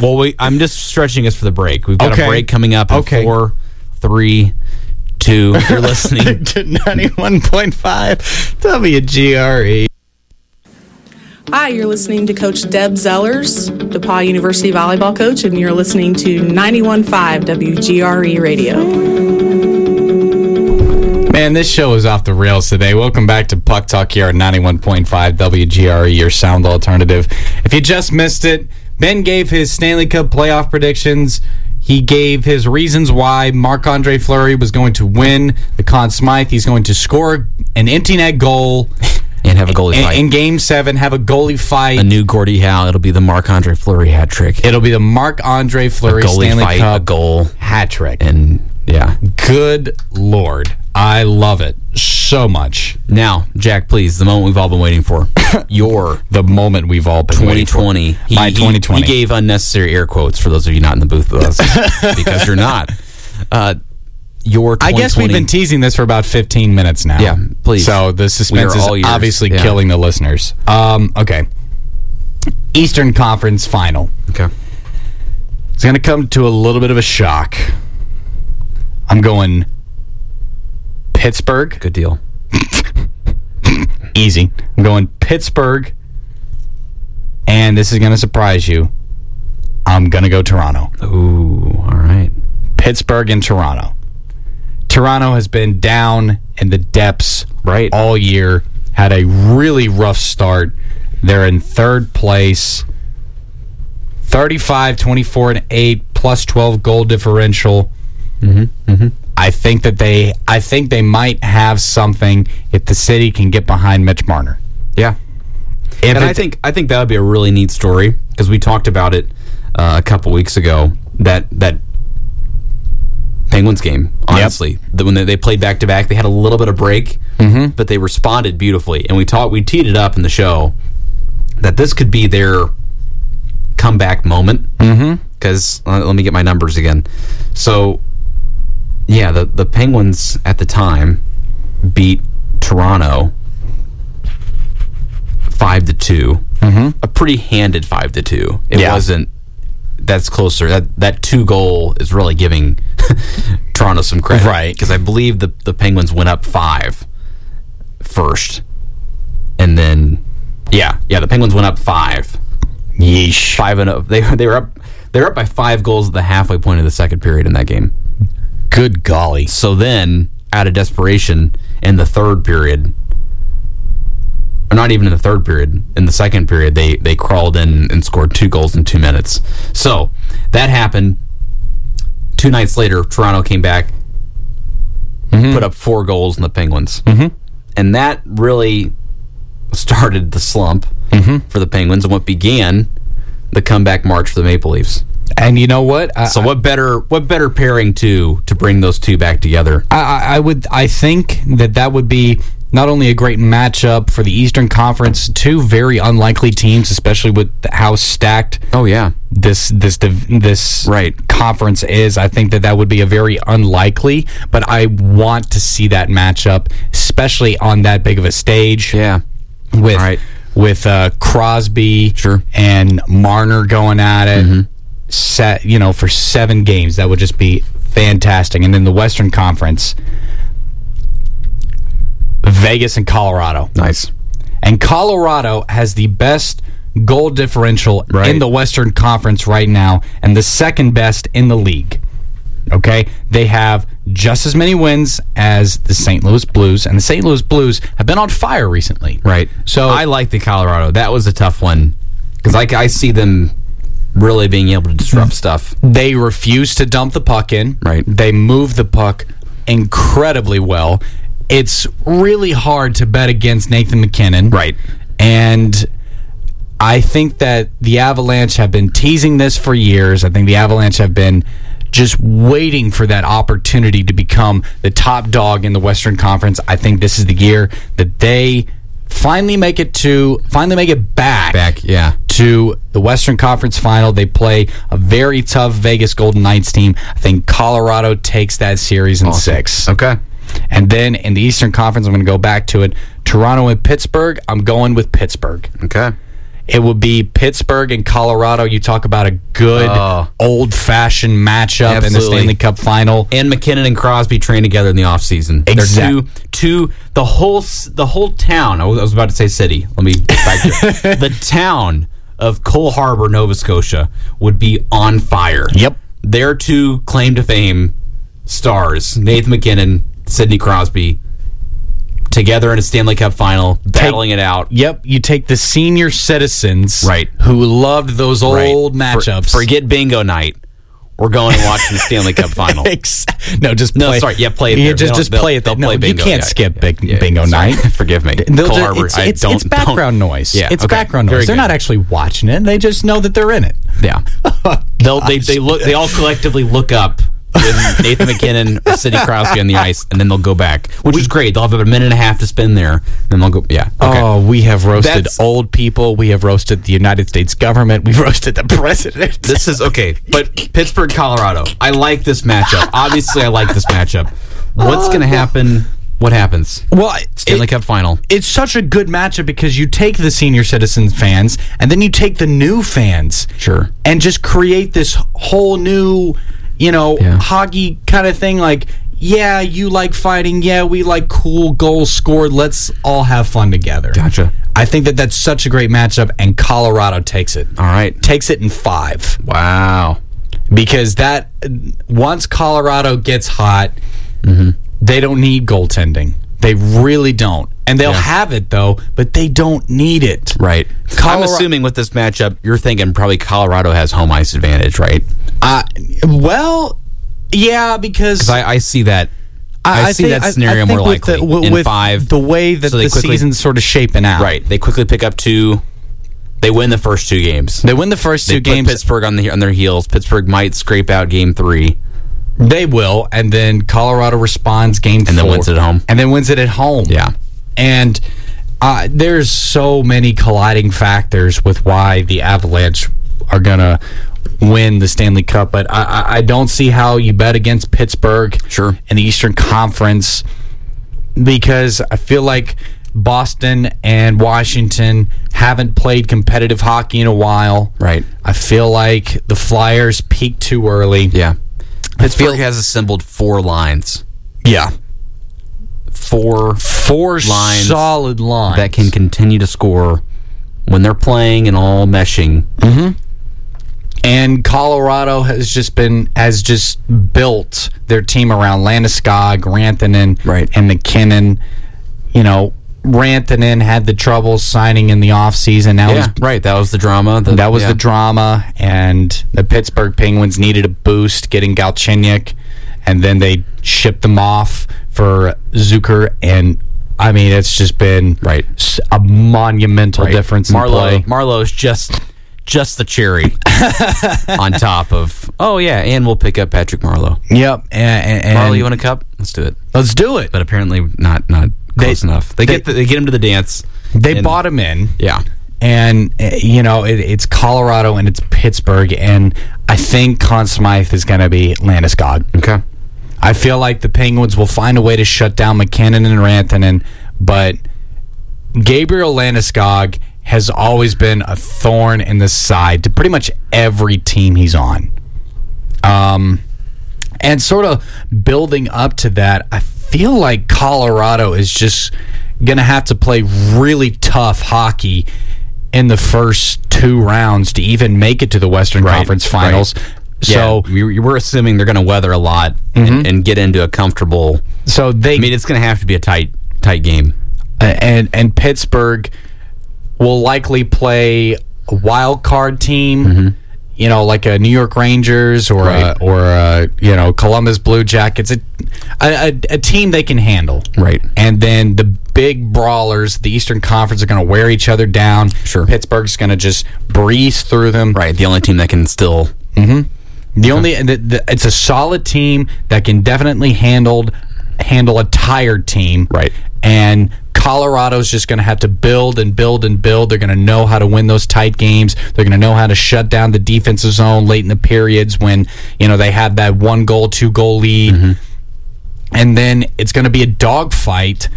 well, we, I'm just stretching us for the break. We've got Okay. a break coming up. In Okay. Four, three, two. You're listening. to 91.5 WGRE. Hi, you're listening to Coach Deb Zellers, DePaul University volleyball coach, and you're listening to 91.5 WGRE E Radio. Man, this show is off the rails today. Welcome back to Puck Talk here on 91.5 WGRE, E, your sound alternative. If you just missed it, Ben gave his Stanley Cup playoff predictions. He gave his reasons why Marc Andre Fleury was going to win the Conn Smythe. He's going to score an empty net goal and have a goalie in, fight. in game seven, have a goalie fight. a new Gordie Howe. It'll be the Marc Andre Fleury hat trick. It'll be the Marc Andre Fleury goalie Stanley fight, Cup a goal, hat trick. and yeah. Good Lord. I love it so much. Now, Jack, please, the moment we've all been waiting for. Your The moment we've all been waiting for. 2020. He, My he- 2020. He, gave unnecessary air quotes for those of you not in the booth with us because you're not. Uh, your 2020. I guess we've been teasing this for about 15 minutes now. Yeah, please. So the suspense We are is all yours. obviously Yeah. killing the listeners. Um, okay. Eastern Conference Final. okay. It's going to come to a little bit of a shock. I'm going Pittsburgh. Good deal. Easy. I'm going Pittsburgh. And this is going to surprise you. I'm going to go Toronto. Ooh, all right. Pittsburgh and Toronto. Toronto has been down in the depths Right. all year. Had a really rough start. They're in third place. 35 24 and 8 plus 12 goal differential. I think that they I think they might have something if the city can get behind Mitch Marner. Yeah. If And I it- think I think that would be a really neat story because we talked about it uh, a couple weeks ago. That that Penguins game, honestly, The- when they, they played back to back, they had a little bit of break, but they responded beautifully. And we taught we teed it up in the show that this could be their comeback moment. Because mm-hmm. let me get my numbers again. So yeah, the the Penguins at the time beat Toronto five to 2 mm-hmm. a pretty handed five to two. It Yeah. wasn't. That's closer. That that two goal is really giving Toronto some credit, Right. Because I believe the the Penguins went up five first, and then yeah, yeah, the Penguins went up five, yeesh. five and up. They they were up they were up by five goals at the halfway point of the second period in that game. Good golly. So then, out of desperation, in the third period, or not even in the third period, in the second period, they they crawled in and scored two goals in two minutes. So that happened. Two nights later, Toronto came back, Mm-hmm. put up four goals in the Penguins, mm-hmm. and that really started the slump Mm-hmm. for the Penguins and what began the comeback march for the Maple Leafs. And you know what? I, So what better what better pairing to to bring those two back together? I, I would I think that that would be not only a great matchup for the Eastern Conference, two very unlikely teams, especially with how stacked Oh yeah, this this div- this Right. conference is. I think that that would be a very unlikely, but I want to see that matchup, especially on that big of a stage. yeah. with Right. with uh, Crosby Sure. Mm-hmm. and Marner going at it. Set you know for seven games that would just be fantastic, and then the Western Conference, Vegas and Colorado, Nice. and Colorado has the best goal differential Right. in the Western Conference right now, and the second best in the league. Okay, they have just as many wins as the St. Louis Blues, and the St. Louis Blues have been on fire recently. Right. So I like the Colorado. That was a tough one Because I, I see them really being able to disrupt stuff. Mm. They refuse to dump the puck in. Right. They move the puck incredibly well. It's really hard to bet against Nathan McKinnon. Right. And I think that the Avalanche have been teasing this for years. I think the Avalanche have been just waiting for that opportunity to become the top dog in the Western Conference. I think this is the year that they finally make it to finally make it back Back, yeah. to the Western Conference Final. They play a very tough Vegas Golden Knights team. I think Colorado takes that series in six. Okay. And then in the Eastern Conference, I'm going to go back to it. Toronto and Pittsburgh. I'm going with Pittsburgh. Okay. It would be Pittsburgh and Colorado. You talk about a good Oh. old fashioned matchup in the Absolutely. Stanley Cup final. And McKinnon and Crosby train together in the offseason. Exact- They're two, two, the whole, s- the whole town. I was I was about to say city. Let me back to the town of Cole Harbor, Nova Scotia, would be on fire. Yep. Their two claim to fame stars, Nathan McKinnon, Sidney Crosby, together in a Stanley Cup final, battling it out. Yep, you take the senior citizens Right. who loved those Right. old For- matchups. forget bingo night. We're going and watching the Stanley Cup final. Ex- no, just play. No, sorry. Yeah, play it. Yeah, there. They just don't- just they'll- play it. they'll no, play bingo. You can't Yeah, skip yeah, big, yeah, bingo sorry. night. Forgive me. They'll Cole ju- Harbor. It's, I it's- don't, it's background don't- noise. Yeah, it's okay. background Very noise. They're good. not actually watching it. They just know that they're in it. Yeah. They'll, they they look. They all collectively look up. when Nathan McKinnon or Sidney Crosby on the ice, and then they'll go back, which is great. They'll have about a minute and a half to spend there, and then they'll go. Yeah. Okay. Oh, we have roasted That's- old people. We have roasted the United States government. We've roasted the president. This is okay, but Pittsburgh, Colorado. I like this matchup. Obviously, I like this matchup. What's going to happen? What happens? well, Stanley Cup final. it's such a good matchup because you take the senior citizen fans and then you take the new fans. Sure. And just create this whole new, you know, Yeah. hockey kind of thing like yeah, you like fighting. Yeah, we like cool goals scored. Let's all have fun together. Gotcha. I think that that's such a great matchup, and Colorado takes it. All right. Takes it in five Wow. because that once Colorado gets hot, they don't need goaltending. They really don't, and they'll have it though, but they don't need it. Right. Colora- I'm assuming with this matchup, you're thinking probably Colorado has home ice advantage, right? Uh, well, yeah, because. I, I see that. I, see think- that scenario think more with likely the, w- in with five. the way that so they the quickly- season's sort of shaping out. right, they quickly pick up two. They win the first two games. They win the first two They put games. Pittsburgh on the on their heels. Pittsburgh might scrape out game three. They will, and then Colorado responds game and then four, wins it at home. and then wins it at home. Yeah. and uh, there's so many colliding factors with why the Avalanche are gonna win the Stanley Cup, but I, I, I don't see how you bet against Pittsburgh, Sure. in the Eastern Conference, because I feel like. Boston and Washington haven't played competitive hockey in a while. Right. I feel like the Flyers peaked too early. Yeah, Pittsburgh has assembled four lines. Yeah. Four four lines solid lines that can continue to score when they're playing and all meshing. and Colorado has just been has just built their team around Landeskog, Rantanen, Right. and McKinnon. You know, Rantanen had the trouble signing in the offseason. Now he's right. That was the drama. the- That was yeah. the drama, and the Pittsburgh Penguins needed a boost getting Galchenyuk, and then they shipped them off for Zucker. And I mean, it's just been Right. s- a monumental Right. difference in Marlowe, play. Marlowe's just just the cherry on top of. Oh yeah, and we'll pick up Patrick Marlowe. Yep, and, and, and Marlowe, you want a cup? Let's do it. let's do it. But apparently not not close enough. They, get the, they get him to the dance. They And- bought him in. Yeah. And, uh, you know, it, it's Colorado and it's Pittsburgh. And I think Conn Smythe is going to be Landeskog. Okay. I feel like the Penguins will find a way to shut down McKinnon and Rantanen, but Gabriel Landeskog has always been a thorn in the side to pretty much every team he's on. Um, and sort of building up to that, I feel like Colorado is just going to have to play really tough hockey in the first two rounds to even make it to the Western Conference right. Finals. So, So Mm-hmm. we, we're assuming they're going to weather a lot and, and get into a comfortable. so they I mean, it's going to have to be a tight tight game. and and Pittsburgh will likely play a wild card team, you know, like a New York Rangers or Mm-hmm. Right. a, or a, you know Columbus Blue Jackets, a, a, a- a team they can handle, Right. And then the big brawlers, the Eastern Conference, are going to wear each other down. Sure. Pittsburgh's going to just breeze through them. Right, the only team that can still The only the, the, it's a solid team that can definitely handled handle a tired team. Right. And Colorado's just going to have to build and build and build. They're going to know how to win those tight games. They're going to know how to shut down the defensive zone late in the periods when, you know, they have that one goal, two goal lead. And then it's going to be a dogfight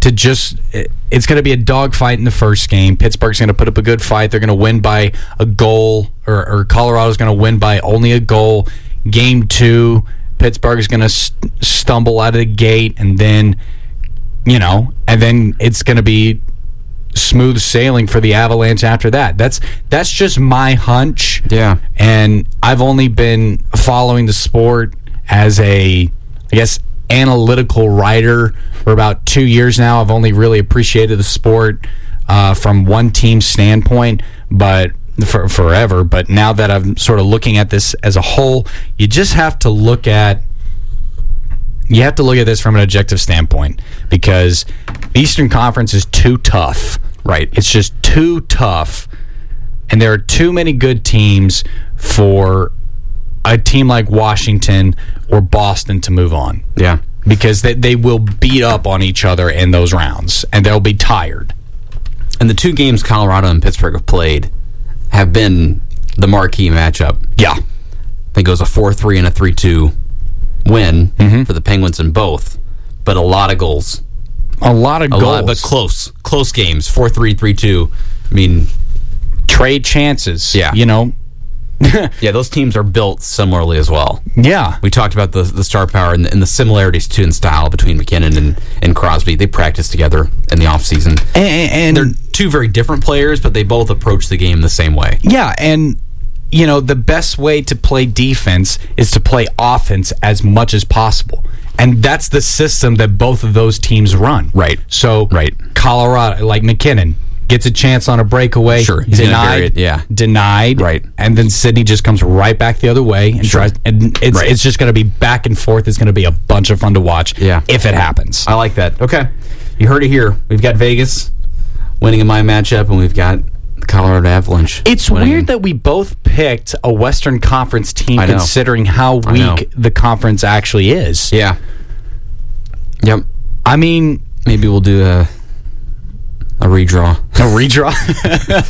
to just it- it's going to be a dogfight in the first game. Pittsburgh's going to put up a good fight. They're going to win by a goal, or, or Colorado's going to win by only a goal. Game two, Pittsburgh's going to st- stumble out of the gate, and then you know, and then it's going to be smooth sailing for the Avalanche after that. That's that's just my hunch. Yeah. And I've only been following the sport as a I guess analytical writer for about 2 years now. I've only really appreciated the sport uh, from one team's standpoint, but for, forever, but now that I'm sort of looking at this as a whole, you just have to look at you have to look at this from an objective standpoint because the Eastern Conference is too tough. Right. It's just too tough. And there are too many good teams for a team like Washington or Boston to move on yeah. because they, they will beat up on each other in those rounds and they'll be tired. And the two games Colorado and Pittsburgh have played have been the marquee matchup. Yeah. I think it was a 4 3 and a 3 2 win for the Penguins in both, but a lot of goals. A lot of A goals. lot, but close. Close games. 4 3, 3 2. I mean, Trade chances. Yeah. You know? yeah, those teams are built similarly as well. Yeah. We talked about the, the star power and the, and the similarities too in style between McKinnon and, and Crosby. They practice together in the offseason. And, They're two very different players, but they both approach the game the same way. Yeah, and you know the best way to play defense is to play offense as much as possible, and that's the system that both of those teams run. Right. So Right. Colorado, like McKinnon, gets a chance on a breakaway. Sure, he's gonna bury denied. it, yeah. denied. Right. and then Sydney just comes right back the other way and tries, and it's Right. it's just going to be back and forth. It's going to be a bunch of fun to watch. Yeah. if it happens. I like that. Okay. You heard it here. We've got Vegas winning in my matchup, and we've got the Colorado Avalanche. It's winning. weird that we both picked a Western Conference team I know. considering how know. weak the conference actually is. Yeah. Yep. I mean, Maybe we'll do a a redraw. a redraw.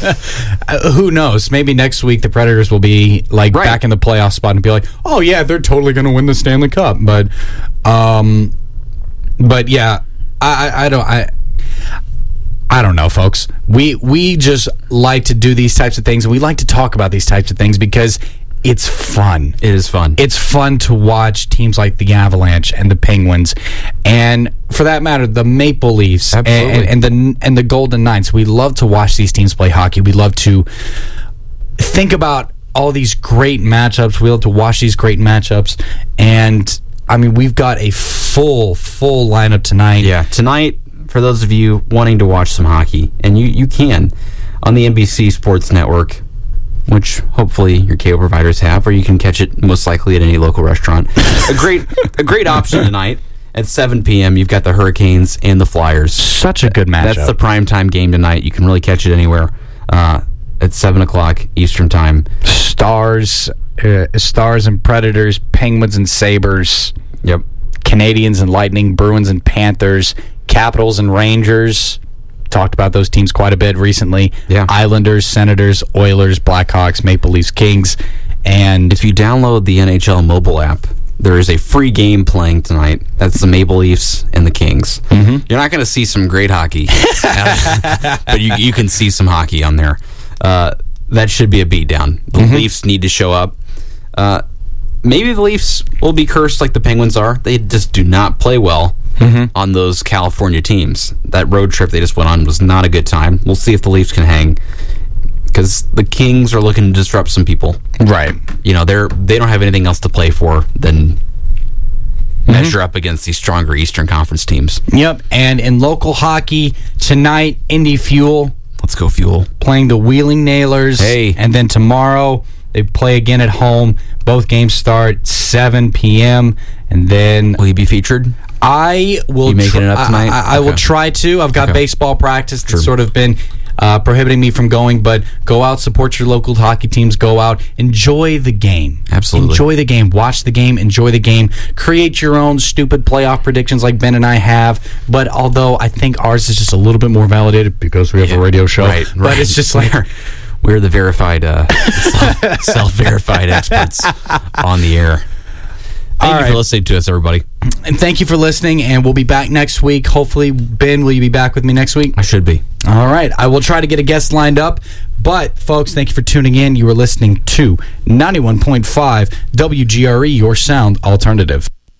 Uh, Who knows? Maybe next week the Predators will be like Right. back in the playoff spot and be like, "Oh yeah, they're totally going to win the Stanley Cup." But um but yeah, I I, I don't I I don't know, folks. We we just like to do these types of things and we like to talk about these types of things because it's fun. It is fun. it's fun to watch teams like the Avalanche and the Penguins, and for that matter, the Maple Leafs and, Absolutely. and, and the and the Golden Knights. We love to watch these teams play hockey. We love to think about all these great matchups. We love to watch these great matchups, and I mean, we've got a full full lineup tonight. yeah. Tonight, for those of you wanting to watch some hockey, and you you can on the NBC Sports Network, which hopefully your cable providers have, or you can catch it most likely at any local restaurant. a great a great option tonight at 7 p.m. You've got the Hurricanes and the Flyers. such a good matchup. That's the prime time game tonight. You can really catch it anywhere uh, at seven o'clock Eastern time. stars, uh, stars and Predators, Penguins and Sabers. Yep. Canadians and Lightning, Bruins and Panthers, Capitals and Rangers. Talked about those teams quite a bit recently. Yeah. Islanders, Senators, Oilers, Blackhawks, Maple Leafs, Kings, and If you download the NHL mobile app, there is a free game playing tonight. That's the Maple Leafs and the Kings. Mm-hmm. You're not going to see some great hockey, but you, you can see some hockey on there. Uh, that should be a beatdown. The Leafs need to show up. Uh, maybe the Leafs will be cursed like the Penguins are. They just do not play well on those California teams. That road trip they just went on was not a good time. We'll see if the Leafs can hang because the Kings are looking to disrupt some people. right, You know, they're they don't have anything else to play for than measure up against these stronger Eastern Conference teams. yep. And in local hockey tonight, Indy Fuel Let's go fuel. playing the Wheeling Nailers. Hey. And then tomorrow they play again at home. Both games start 7 p.m. And then Will you be featured? I will. You making try- it up tonight? I, I- I will Okay. try to. I've got Okay. baseball practice that's sort of been uh, prohibiting me from going, but go out, support your local hockey teams. Go out, enjoy the game. Absolutely. enjoy the game. Watch the game. Enjoy the game. Create your own stupid playoff predictions like Ben and I have. But although I think ours is just a little bit more validated because we have a radio show. Right, But right. it's just like. We're the verified, uh, self verified experts on the air. Thank All you right. for listening to us, everybody. And thank you for listening. And we'll be back next week. Hopefully, Ben, will you be back with me next week? I should be. All right. I will try to get a guest lined up. But, folks, thank you for tuning in. You are listening to 91.5 WGRE, your E, sound alternative.